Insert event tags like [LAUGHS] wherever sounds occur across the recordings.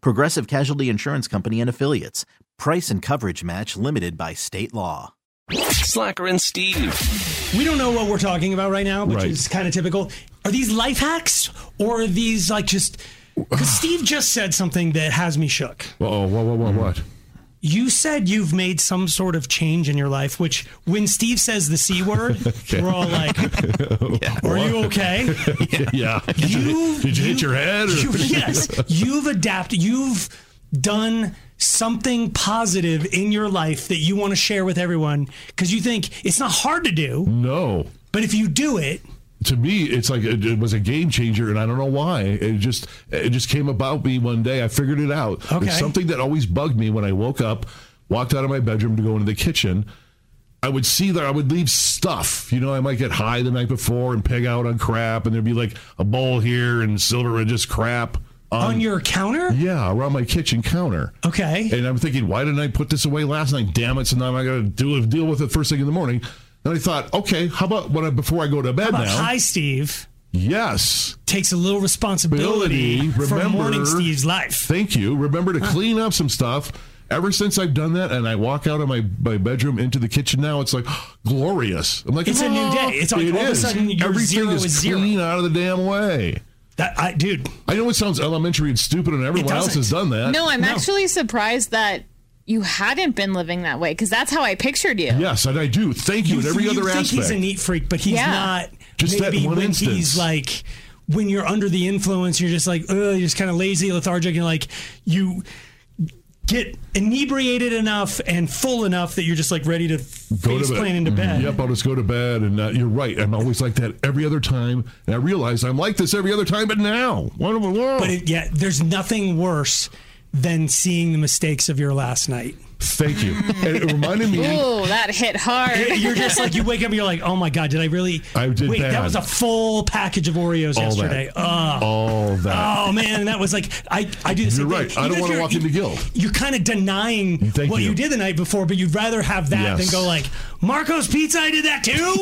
Progressive Casualty Insurance Company and Affiliates. Price and coverage match limited by state law. Slacker and Steve. We don't know what we're talking about right now, which Right. is kind of typical. Are these life hacks or are these like just. Because Steve just said something that has me shook. Oh, what, what, what, what? You said you've made some sort of change in your life, which when Steve says the C word, [LAUGHS] we're all like, Are you okay? Yeah. You, [LAUGHS] Did you hit your head [LAUGHS] or- you- yes. You've adapted. You've done something positive in your life that you want to share with everyone because you think it's not hard to do, [LAUGHS] No. but if you do it, To me, it's like it, it was a game changer, and I don't know why. It just it just came about me one day. I figured it out. Okay. It's something that always bugged me when I woke up, walked out of my bedroom to go into the kitchen. I would see that I would leave stuff. You know, I might get high the night before and peg out on crap, and there'd be like a bowl here and silver and just crap uh, Um, on your counter, Yeah, around my kitchen counter. Okay. And I'm thinking, why didn't I put this away last night? Damn it! So now I got to deal deal with it first thing in the morning. Then I thought, okay, how about when I, before I go to bed But now? Hi, Steve yes, takes a little responsibility Ability, for remember- Morning Steve's life. thank you. Remember to clean up some stuff. Ever since I've done that, and I walk out of my, my bedroom into the kitchen now, it's like [GASPS] glorious. I'm like, It's a new "Ah." day. It's like all of a is. sudden your everything zero is, is zero. clean out of the damn way. That I, dude, I know it sounds elementary and stupid, and everyone else doesn't. has done that. No, I'm actually surprised that you hadn't been living that way because that's how I pictured you. Yes, and I do. Thank you, in every you other think aspect. he's a neat freak, but he's Yeah. not. Just that maybe one when instance. he's like. When you're under the influence, you're just like, ugh, you're just kind of lazy, lethargic, and like you get inebriated enough and full enough that you're just like ready to face plant into bed. Yep, I'll just go to bed. And uh, you're right. I'm always like that every other time. And I realize I'm like this every other time, but now. What am I wrong? But it, yeah, there's nothing worse than seeing the mistakes of your last night. Thank you. and it [LAUGHS] reminded me. Ooh, that hit [LAUGHS] hard. You're just like [LAUGHS] you wake up. and You're like, oh my god, did I really? I did Wait, that. that. was a full package of Oreos All that. yesterday. Oh, All that. oh man, that was like I I do the same You're thing. right. I Even don't if wanna you're- walk into guilt. You're kind of denying Thank what you. you. did the night before, but you'd rather have that Yes. than go like Marco's Pizza. I did that [LAUGHS] too.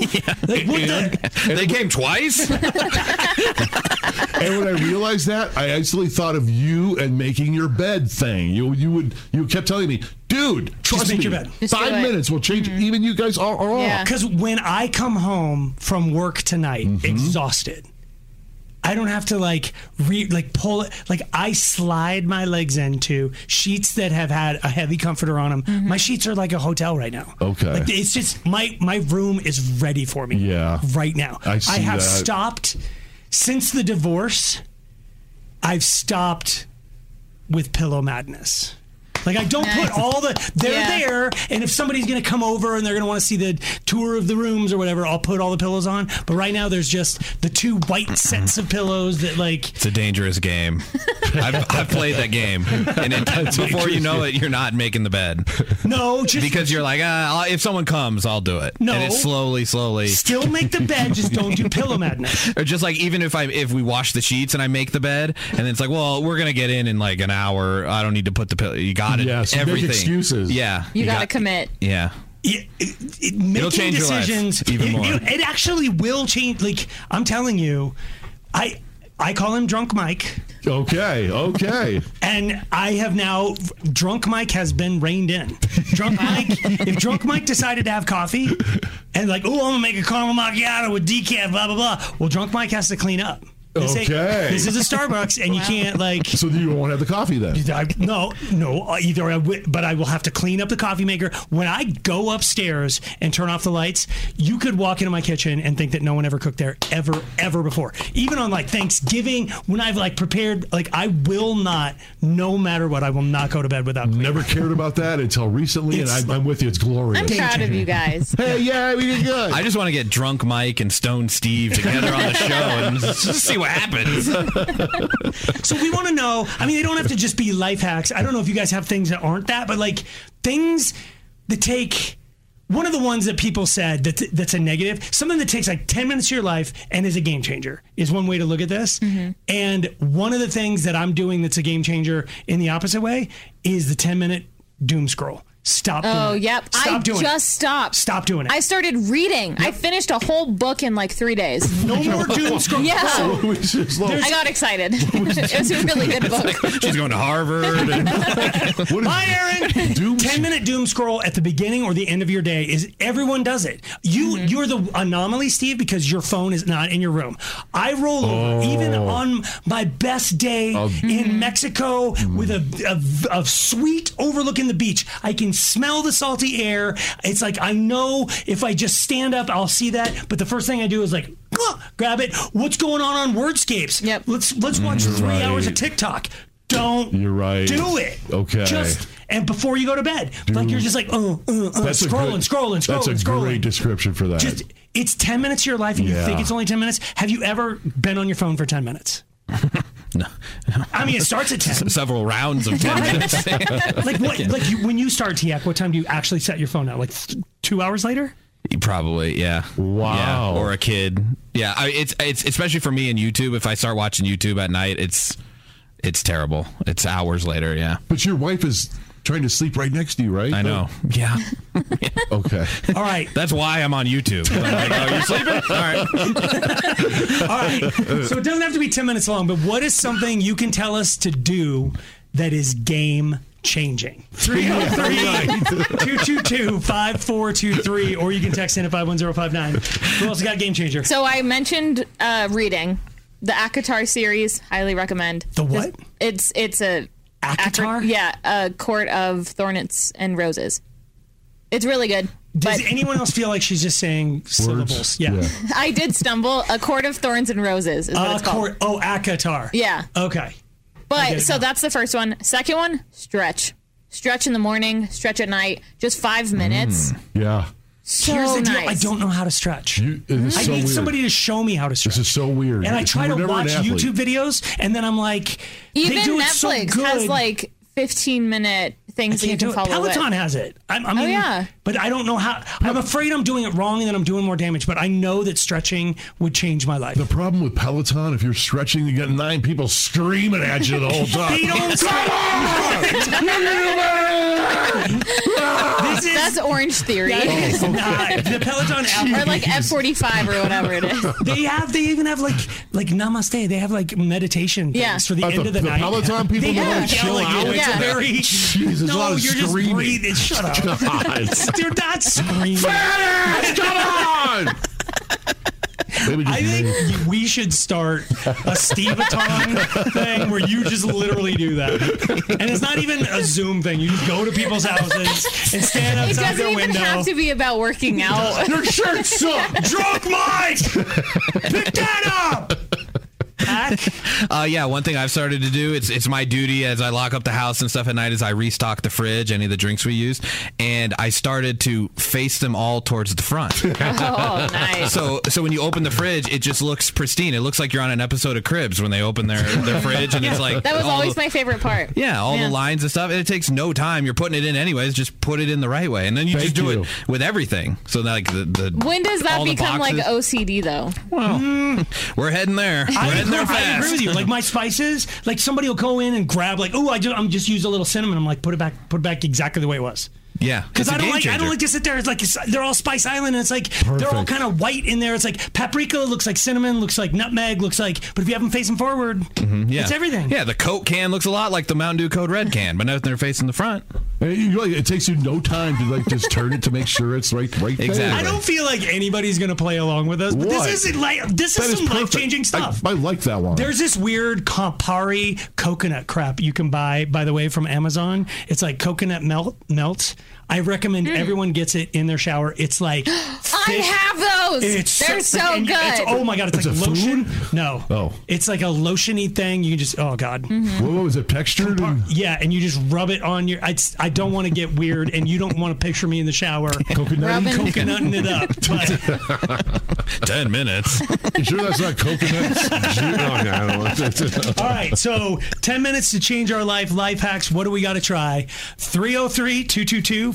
Like what the? They came twice? Oh. and when I realized that, I actually thought of you and making your bed thing. You you would you kept telling me, dude, trust make me. your bed. Just Five do it." Mm-hmm. minutes will change even you guys are, are all. Yeah. Because when I come home from work tonight, Mm-hmm. exhausted, I don't have to like re like pull it. Like I slide my legs into sheets that have had a heavy comforter on them. My sheets are like a hotel right now. Okay. like, it's just my my room is ready for me. Yeah. right now. I see have that. stopped since the divorce. I've stopped with pillow madness. Like I don't put all the they're Yeah. there, and if somebody's gonna come over and they're gonna want to see the tour of the rooms or whatever, I'll put all the pillows on. But right now, there's just the two white sets of pillows that like It's a dangerous game. I've, I've played that game. And it, before you know it, you're not making the bed. no, just Because you're like, ah, I'll- if someone comes, I'll do it. No. And it's slowly, slowly. still make the bed, just don't do [LAUGHS] pillow madness. Or just like even if I if we wash the sheets and I make the bed and it's like well we're gonna get in in like an hour I don't need to put the pillow you got it Yes, make everything excuses. yeah You gotta got- commit. yeah It, it, it, making change your life decisions even it, more. It, it actually will change. Like I'm telling you, I I call him drunk Mike. Okay, okay. And I have now, Drunk Mike has been reined in. Drunk Mike, if Drunk Mike decided to have coffee and, like, oh, I'm going to make a caramel macchiato with decaf, blah, blah, blah, well, Drunk Mike has to clean up. This ain't- Okay. this is a Starbucks, and you can't like. So you won't have the coffee then. I, no, no. uh, Either I w- but I will have to clean up the coffee maker. When I go upstairs and turn off the lights, you could walk into my kitchen and think that no one ever cooked there ever, ever before. Even on like Thanksgiving, when I've like prepared, like I will not, no matter what, I will not go to bed without. Cleaning. Never cared about that until recently, It's- and I, I'm with you. It's I'm glorious. proud of [LAUGHS] you guys. Hey, yeah, we did good. I just want to get drunk Mike and Stone Steve together on the show and [LAUGHS] just see what happens. So we want to know. I mean, they don't have to just be life hacks. I don't know if you guys have things that aren't that, but like things that take. One of the ones that people said that's, that's a negative, something that takes like 10 minutes of your life and is a game changer, is one way to look at this. Mm-hmm. And one of the things that I'm doing that's a game changer in the opposite way is the 10 minute doom scroll. Stop doing Oh, it. yep. Stop I doing just it. stopped. Stop doing it. I started reading. I finished a whole book in like three days. [LAUGHS] no more doom scroll. Yeah. We just love- I got excited. [LAUGHS] it was a really good book. She's going to Harvard. [LAUGHS] And what is- Bye, Aaron. Doom- Ten minute doom scroll at the beginning or the end of your day is everyone does it. You Mm-hmm. you're the anomaly, Steve, because your phone is not in your room. I roll Oh. over even on my best day Mm-hmm. in Mexico with a, a a suite overlooking the beach. I can smell the salty air. It's like I know if I just stand up, I'll see that. But the first thing I do is like. "Gah," Grab it. What's going on on Wordscapes? Yep. Let's let's watch three Mm-hmm. right. hours of TikTok. Don't You're right. do it. Okay. Just and before you go to bed, like you're just like, uh, uh, uh, That's a scrolling, good- scrolling, scrolling, That's a scrolling. great description for that. just it's ten minutes of your life, and you Yeah. think it's only ten minutes. Have you ever been on your phone for ten [LAUGHS] minutes? no. I mean, it starts at ten. several rounds [LAUGHS] of 10 minutes. [LAUGHS] like what? Like you, when you start TEC, what time do you actually set your phone out? Like th- two hours [LAUGHS] later? Probably, yeah. Wow. Yeah, or a kid. Yeah, I, it's it's especially for me and YouTube. If I start watching YouTube at night, it's it's terrible. It's hours later. Yeah, but your wife is trying to sleep right next to you, right? Oh, I know. Yeah, [LAUGHS] Okay. All right, that's why I'm on YouTube. I'm like, oh, you're sleeping? All right. all right. [LAUGHS] So it doesn't have to be ten minutes long, but what is something you can tell us to do that is game changing? [LAUGHS] 222-5423 or you can text in at 51059 who else got game changer So I mentioned uh, reading the Akatar series. Highly recommend. The what? It's it's a Akatar? Acri- yeah, a court of thornets and roses. It's really good. does But anyone else feel like she's just saying syllables yeah, I did stumble. A court of thorns and roses is what Uh, it's called. cor- oh akatar Yeah. Oh, okay get But it so now. that's the first one. Second one, stretch. Stretch in the morning, stretch at night, just five minutes. Mm. Yeah. So here's the deal nice. i don't know how to stretch You, it is i so need weird. somebody to show me how to stretch This is so weird. and I If try you were to never an watch athlete- YouTube videos, and then I'm like, Even they do it so Netflix good. has like 15 minute I things that you can't can do it. follow. with. Peloton has it. I, I mean, yeah. but I don't know how. I'm afraid I'm doing it wrong, and then I'm doing more damage. But I know that stretching would change my life. The problem with Peloton, if you're stretching, you got nine people screaming at you [LAUGHS] the whole time. They don't This is That's Orange Theory. that is not the Peloton app. [LAUGHS] or like [LAUGHS] F45 or whatever it is. They have they even have like like Namaste. They have like meditation things Yeah. for the But end the- of the, the night. Peloton people they don't have like chill yelling. out? It's Yeah. a very Jeez, there's a no, lot of you're just screaming. breathing. Shut [LAUGHS] up. They're not screaming. Yes, come on! Maybe just I [LAUGHS] think we should start a Stevatong thing where you just literally do that. And it's not even a Zoom thing. You just go to people's houses and stand It outside doesn't their even window. have to be [LAUGHS] about working out. [LAUGHS] your shirt's up. Drunk Mike! Pick that up! Hack. Uh, yeah, one thing I've started to do it's it's my duty as I lock up the house and stuff at night is I restock the fridge, any of the drinks we use, and I started to face them all towards the front. Oh, nice. So so when you open the fridge, it just looks pristine. It looks like you're on an episode of Cribs when they open their, [LAUGHS] their fridge and it's like that was all always the, my favorite part. yeah, all Yeah. the lines and stuff. And it takes no time. You're putting it in anyways. Just put it in the right way, and then you Thank just do you. it with everything. So like the, the When does that all the become like boxes- OCD though? we're heading there. We're I heading agree, there I fast. agree with you. Like my spices, like somebody will go in and grab like, oh, I just I'm just use a little cinnamon. I'm like, put it back, put it back exactly the way it was. Yeah, because it's a I don't game like I changer. don't like to sit there. It's like it's, they're all Spice Island, and it's like they're all Perfect. kind of white in there. It's like paprika looks like cinnamon, looks like nutmeg, looks like. But if you have them facing forward, Mm-hmm, yeah. it's everything. Yeah, the Coke can looks a lot like the Mountain Dew Code Red can, but now they're facing the front. And you, like, it takes you no time to like just turn it to make sure it's right, right there. Exactly. I don't feel like anybody's gonna play along with us. But Why? this isn't like this That is is some life perfect. changing stuff. I, I like that one. There's this weird Campari coconut crap you can buy, by the way, from Amazon. It's like coconut melt melts. I recommend everyone gets it in their shower. It's like Mm. [GASPS] I thick- have those. It's They're so and good. you- it's- oh my god, it's, It's like a lotion. food? No. Oh. It's like a lotiony thing. You can just oh god. Mm-hmm. what, what was it? Textured? and Yeah, and you just rub it on your. I, I don't want to get weird, and you don't want to picture me in the shower [LAUGHS] Coconut? Robin- coconutting it [LAUGHS] up. [LAUGHS] But Ten minutes. You sure that's not [LAUGHS] coconut? Ju- oh, no, I don't know. all right, so 10 minutes to change our life. Life hacks. What do we got to try? 303 222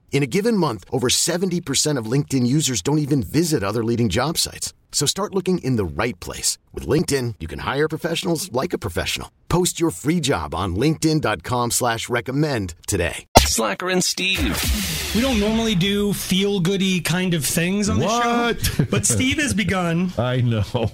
In a given month, over 70% of LinkedIn users don't even visit other leading job sites. So start looking in the right place. With LinkedIn, you can hire professionals like a professional. Post your free job on linkedin.com/recommend slash recommend today. Slacker and Steve. We don't normally do feel goody kind of things on this show, What? but Steve has begun I know.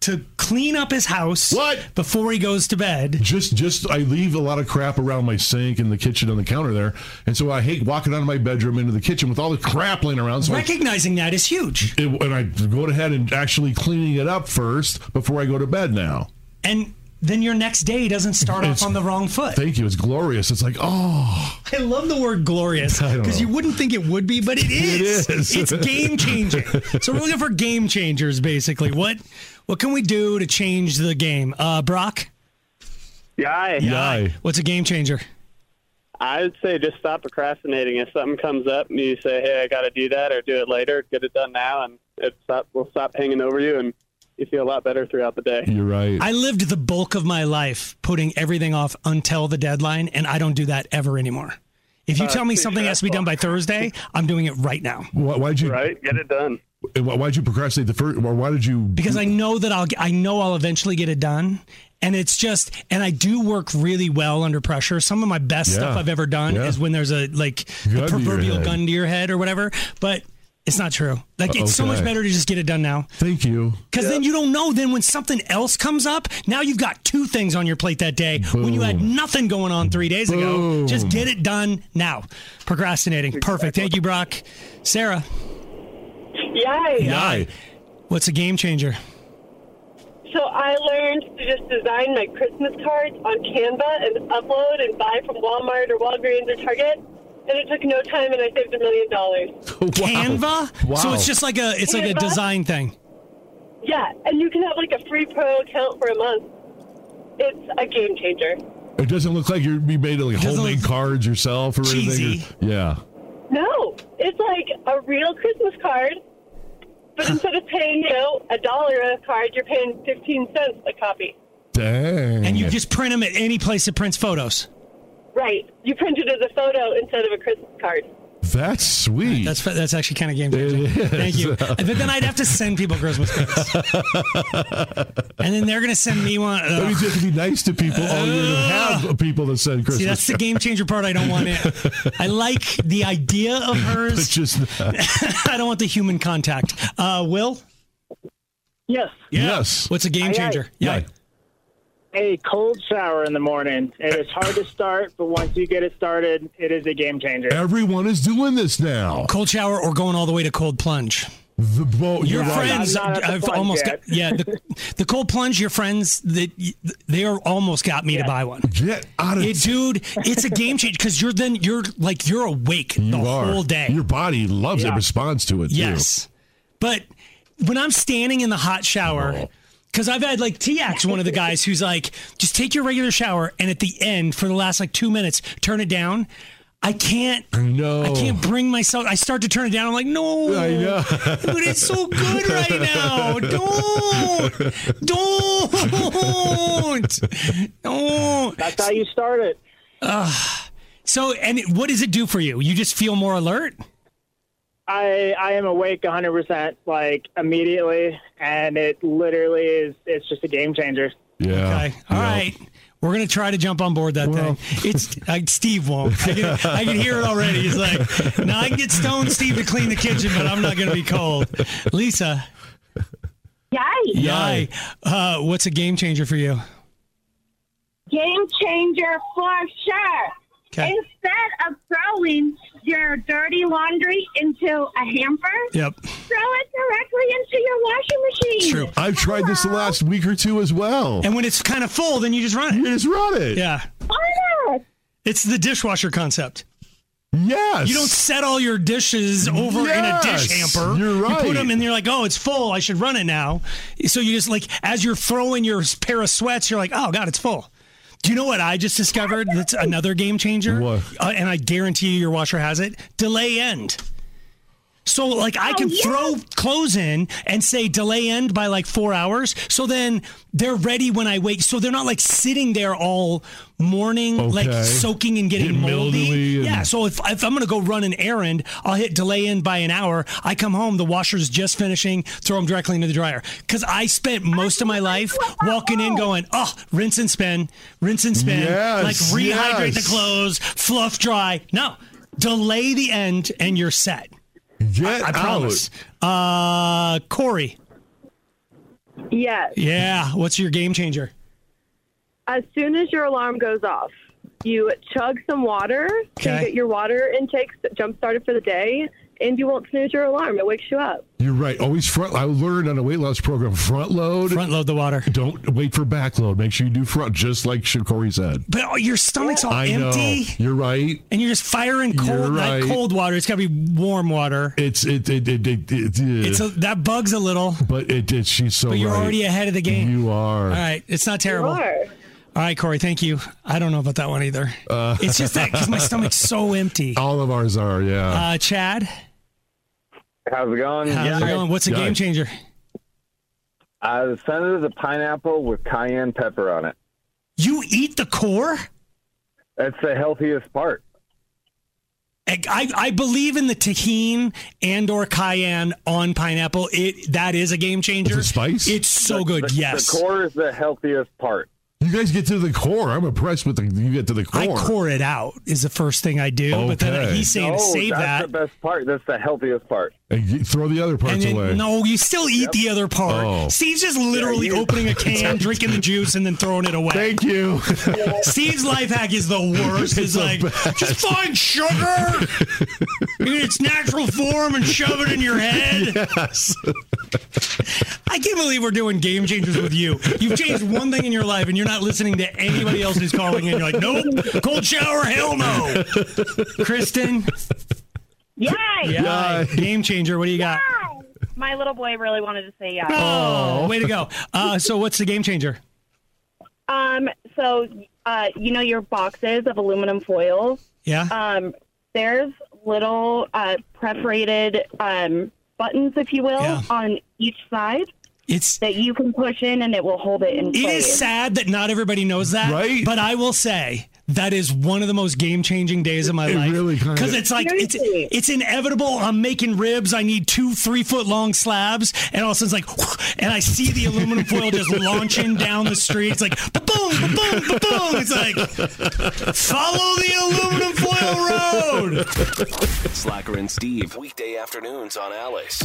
to clean up his house What? before he goes to bed. just just I leave a lot of crap around my sink and the kitchen on the counter there, and so I hate walking out of my bedroom into the kitchen with all the crap laying around. So I, Recognizing that is huge. it, and I go ahead and actually cleaning it up first before I go to bed. Now, And then your next day doesn't start off It's- on the wrong foot. thank you. It's glorious. It's like oh, [LAUGHS] I love the word glorious I don't because you know. wouldn't think it would be, but [LAUGHS] it is. is. It's game changing. so we're looking for game changers, basically. What what can we do to change the game? Uh, Brock, Guy, yay! what's a game changer? I would say just stop procrastinating. If something comes up and you say, "Hey, I got to do that," or "Do it later," get it done now, and it stop will stop hanging over you, and you feel a lot better throughout the day. You're right. I lived the bulk of my life putting everything off until the deadline, and I don't do that ever anymore. If you tell me too something has to be done by Thursday, I'm doing it right now Why, why'd you Right? Get it done. why- Why'd you procrastinate the first? Or why did you? because I know that I'll I know I'll eventually get it done. And it's just, and I do work really well under pressure. Some of my best Yeah. stuff I've ever done Yeah. is when there's a like the Gun to your proverbial head. gun to your head or whatever. But it's not true. Like it's so much Okay. better to just get it done now. Thank you. Because then you don't know. Then when something else comes up, now you've got two things on your plate that day when you had Boom. nothing going on three days ago. Boom. Just get it done now. Procrastinating. Perfect. Thank you, Brock. Sarah, Yay! Yay! what's a game changer? So I learned to just design my Christmas cards on Canva and upload and buy from Walmart or Walgreens or Target. And it took no time, and I saved a million dollars. [LAUGHS] Wow. Canva. Wow. So it's just like a it's like a Canva? design thing. Yeah, and you can have like a free pro account for a month. It's a game changer. It doesn't look like you're, you made like Doesn't homemade look cards yourself or cheesy. anything. Yeah. No, it's like a real Christmas card, but [LAUGHS] instead of paying you know a dollar a card, you're paying fifteen cents a copy. Dang. And you just print them at any place that prints photos. Right? You print it as a photo instead of a Christmas card. That's sweet. That's that's actually kind of game changing. Thank [LAUGHS] you. But then I'd have to send people Christmas cards, and then they're gonna send me one. That Ugh. means you have to be nice to people. All you have people that send Christmas. See, that's the game changer part. I don't want it. I like the idea [LAUGHS] of hers. But just [LAUGHS] I don't want the human contact. Uh, Will? Yes. Yes. What's a game Aye, aye. changer? Yeah. a cold shower in the morning. It is hard to start, but once you get it started, it is a game changer. Everyone is doing this now. Cold shower or going all the way to cold plunge. The boat. Your you're right. friends, I'm not at the I've plunge almost yet. got, yeah. The, [LAUGHS] the cold plunge. Your friends, that they are almost got me to buy one. Get out of dude. It's a game changer because you're then you're like you're awake the You are. whole day. Your body loves it, Yeah. responds to it. too. Yes. But when I'm standing in the hot shower, Oh. because I've had like TX, one of the guys who's like, just take your regular shower and at the end, for the last like two minutes, turn it down. I can't. No. I [LAUGHS] can't bring myself. I start to turn it down. I'm like, no. Oh. I know. But it's so good right now. Don't. Don't. Don't. That's how you start it. so, and it- what does it do for you? You just feel more alert? I I am awake 100 percent, like immediately, and it literally is. It's just a game changer. Yeah. Okay. All right. We're gonna try to jump on board that thing. It's I, Steve won't. I can, I can hear it already. He's like, "No, I can get Stone Steve to clean the kitchen, but I'm not gonna be cold." Lisa, Yay! yay! Uh, what's a game changer for you? Game changer for sure. Okay. Instead of throwing your dirty laundry into a hamper, Yep. throw it directly into your washing machine. I've tried this the last week or two as well. And when it's kind of full, then you just run it. You just run it. Yeah. It's the dishwasher concept. Yes. You don't set all your dishes over in a dish Yes, hamper. you're You put right. them and you're like, oh, it's full. I should run it now. So you just like, as you're throwing your pair of sweats, you're like, oh, God, it's full. Do you know what I just discovered that's another game changer? What? Uh, and I guarantee you your washer has it delay end. So like I can throw clothes in and say delay end by like four hours. So then they're ready when I wake. So they're not like sitting there all morning, Okay. like soaking and getting Getting moldy. mildewy and- yeah. So if, if I'm gonna go run an errand, I'll hit delay end by an hour. I come home, the washer's just finishing. Throw them directly into the dryer because I spent most of my life walking in going, oh, rinse and spin, rinse and spin, Yes, like rehydrate yes. the clothes, fluff dry. No, delay the end and you're set. Get I out. promise. Uh, Corey. Yes. Yeah. What's your game changer? As soon as your alarm goes off, you chug some water so you Okay. get your water intake jump started for the day, and you won't snooze your alarm. It wakes you up. You're right. Always front. I learned on a weight loss program front load. Front load the water. Don't wait for back load. Make sure you do front, just like Corey said. But oh, your stomach's all I empty, know. You're right. and you're just firing You're cold, right. not cold water. It's got to be warm water. It's it it it, it, it, yeah. It's a, that bugs a little, but it, it she's so. but you're right. Mm-hmm. already ahead of the game. You All are. right, it's not terrible. Sure. All right, Corey, thank you. I don't know about that one either. Uh, Oh. It's just that because my stomach's [LAUGHS] so empty. All of ours are. Yeah. Uh, Chad, How's it going? how's it going? What's a game changer? Uh, the center is a pineapple with cayenne pepper on it. You eat the core? That's the healthiest part. I, I believe in the tahine and or cayenne on pineapple. It that is a game changer. It's a spice? It's so The- Oh, good. the- yes. The core is the healthiest part. You guys get to the core. I'm impressed with the. You get to the core. I core it out is the first thing I do. But then Okay. he's saying no, to save Oh, that's that. the best part. That's the healthiest part. And you throw the other parts And then- away. no, you still eat the other part. Oh. Steve's just literally opening a can, drinking the juice, and then throwing it away. Thank you. [LAUGHS] Steve's life hack is the worst. It's, like just find sugar in its natural form and shove it in your head. Yes. I can't believe we're doing game changers with you. You've changed one thing in your life, and you're not listening to anybody else who's calling in. You're like, nope, cold shower, hell no. Kristen, Yay! yeah, game changer. What do you got? My little boy really wanted to say yeah. Oh, way to go. Uh, so, what's the game changer? Um, so uh, you know your boxes of aluminum foil. Yeah. Um, there's little uh, perforated um, buttons, if you Oh, will, on each side. It's that you can push in and it will hold it in It place. is sad that not everybody knows that. Right. But I will say That is one of the most game changing days of my It life. really kinda- because it's like it's it's inevitable. I'm making ribs. I need two three foot long slabs, and all of a sudden it's like, and I see the aluminum foil [LAUGHS] just launching down the street. It's like boom, boom, boom. It's like follow the aluminum foil road. Slacker and Steve. Weekday afternoons on Alice.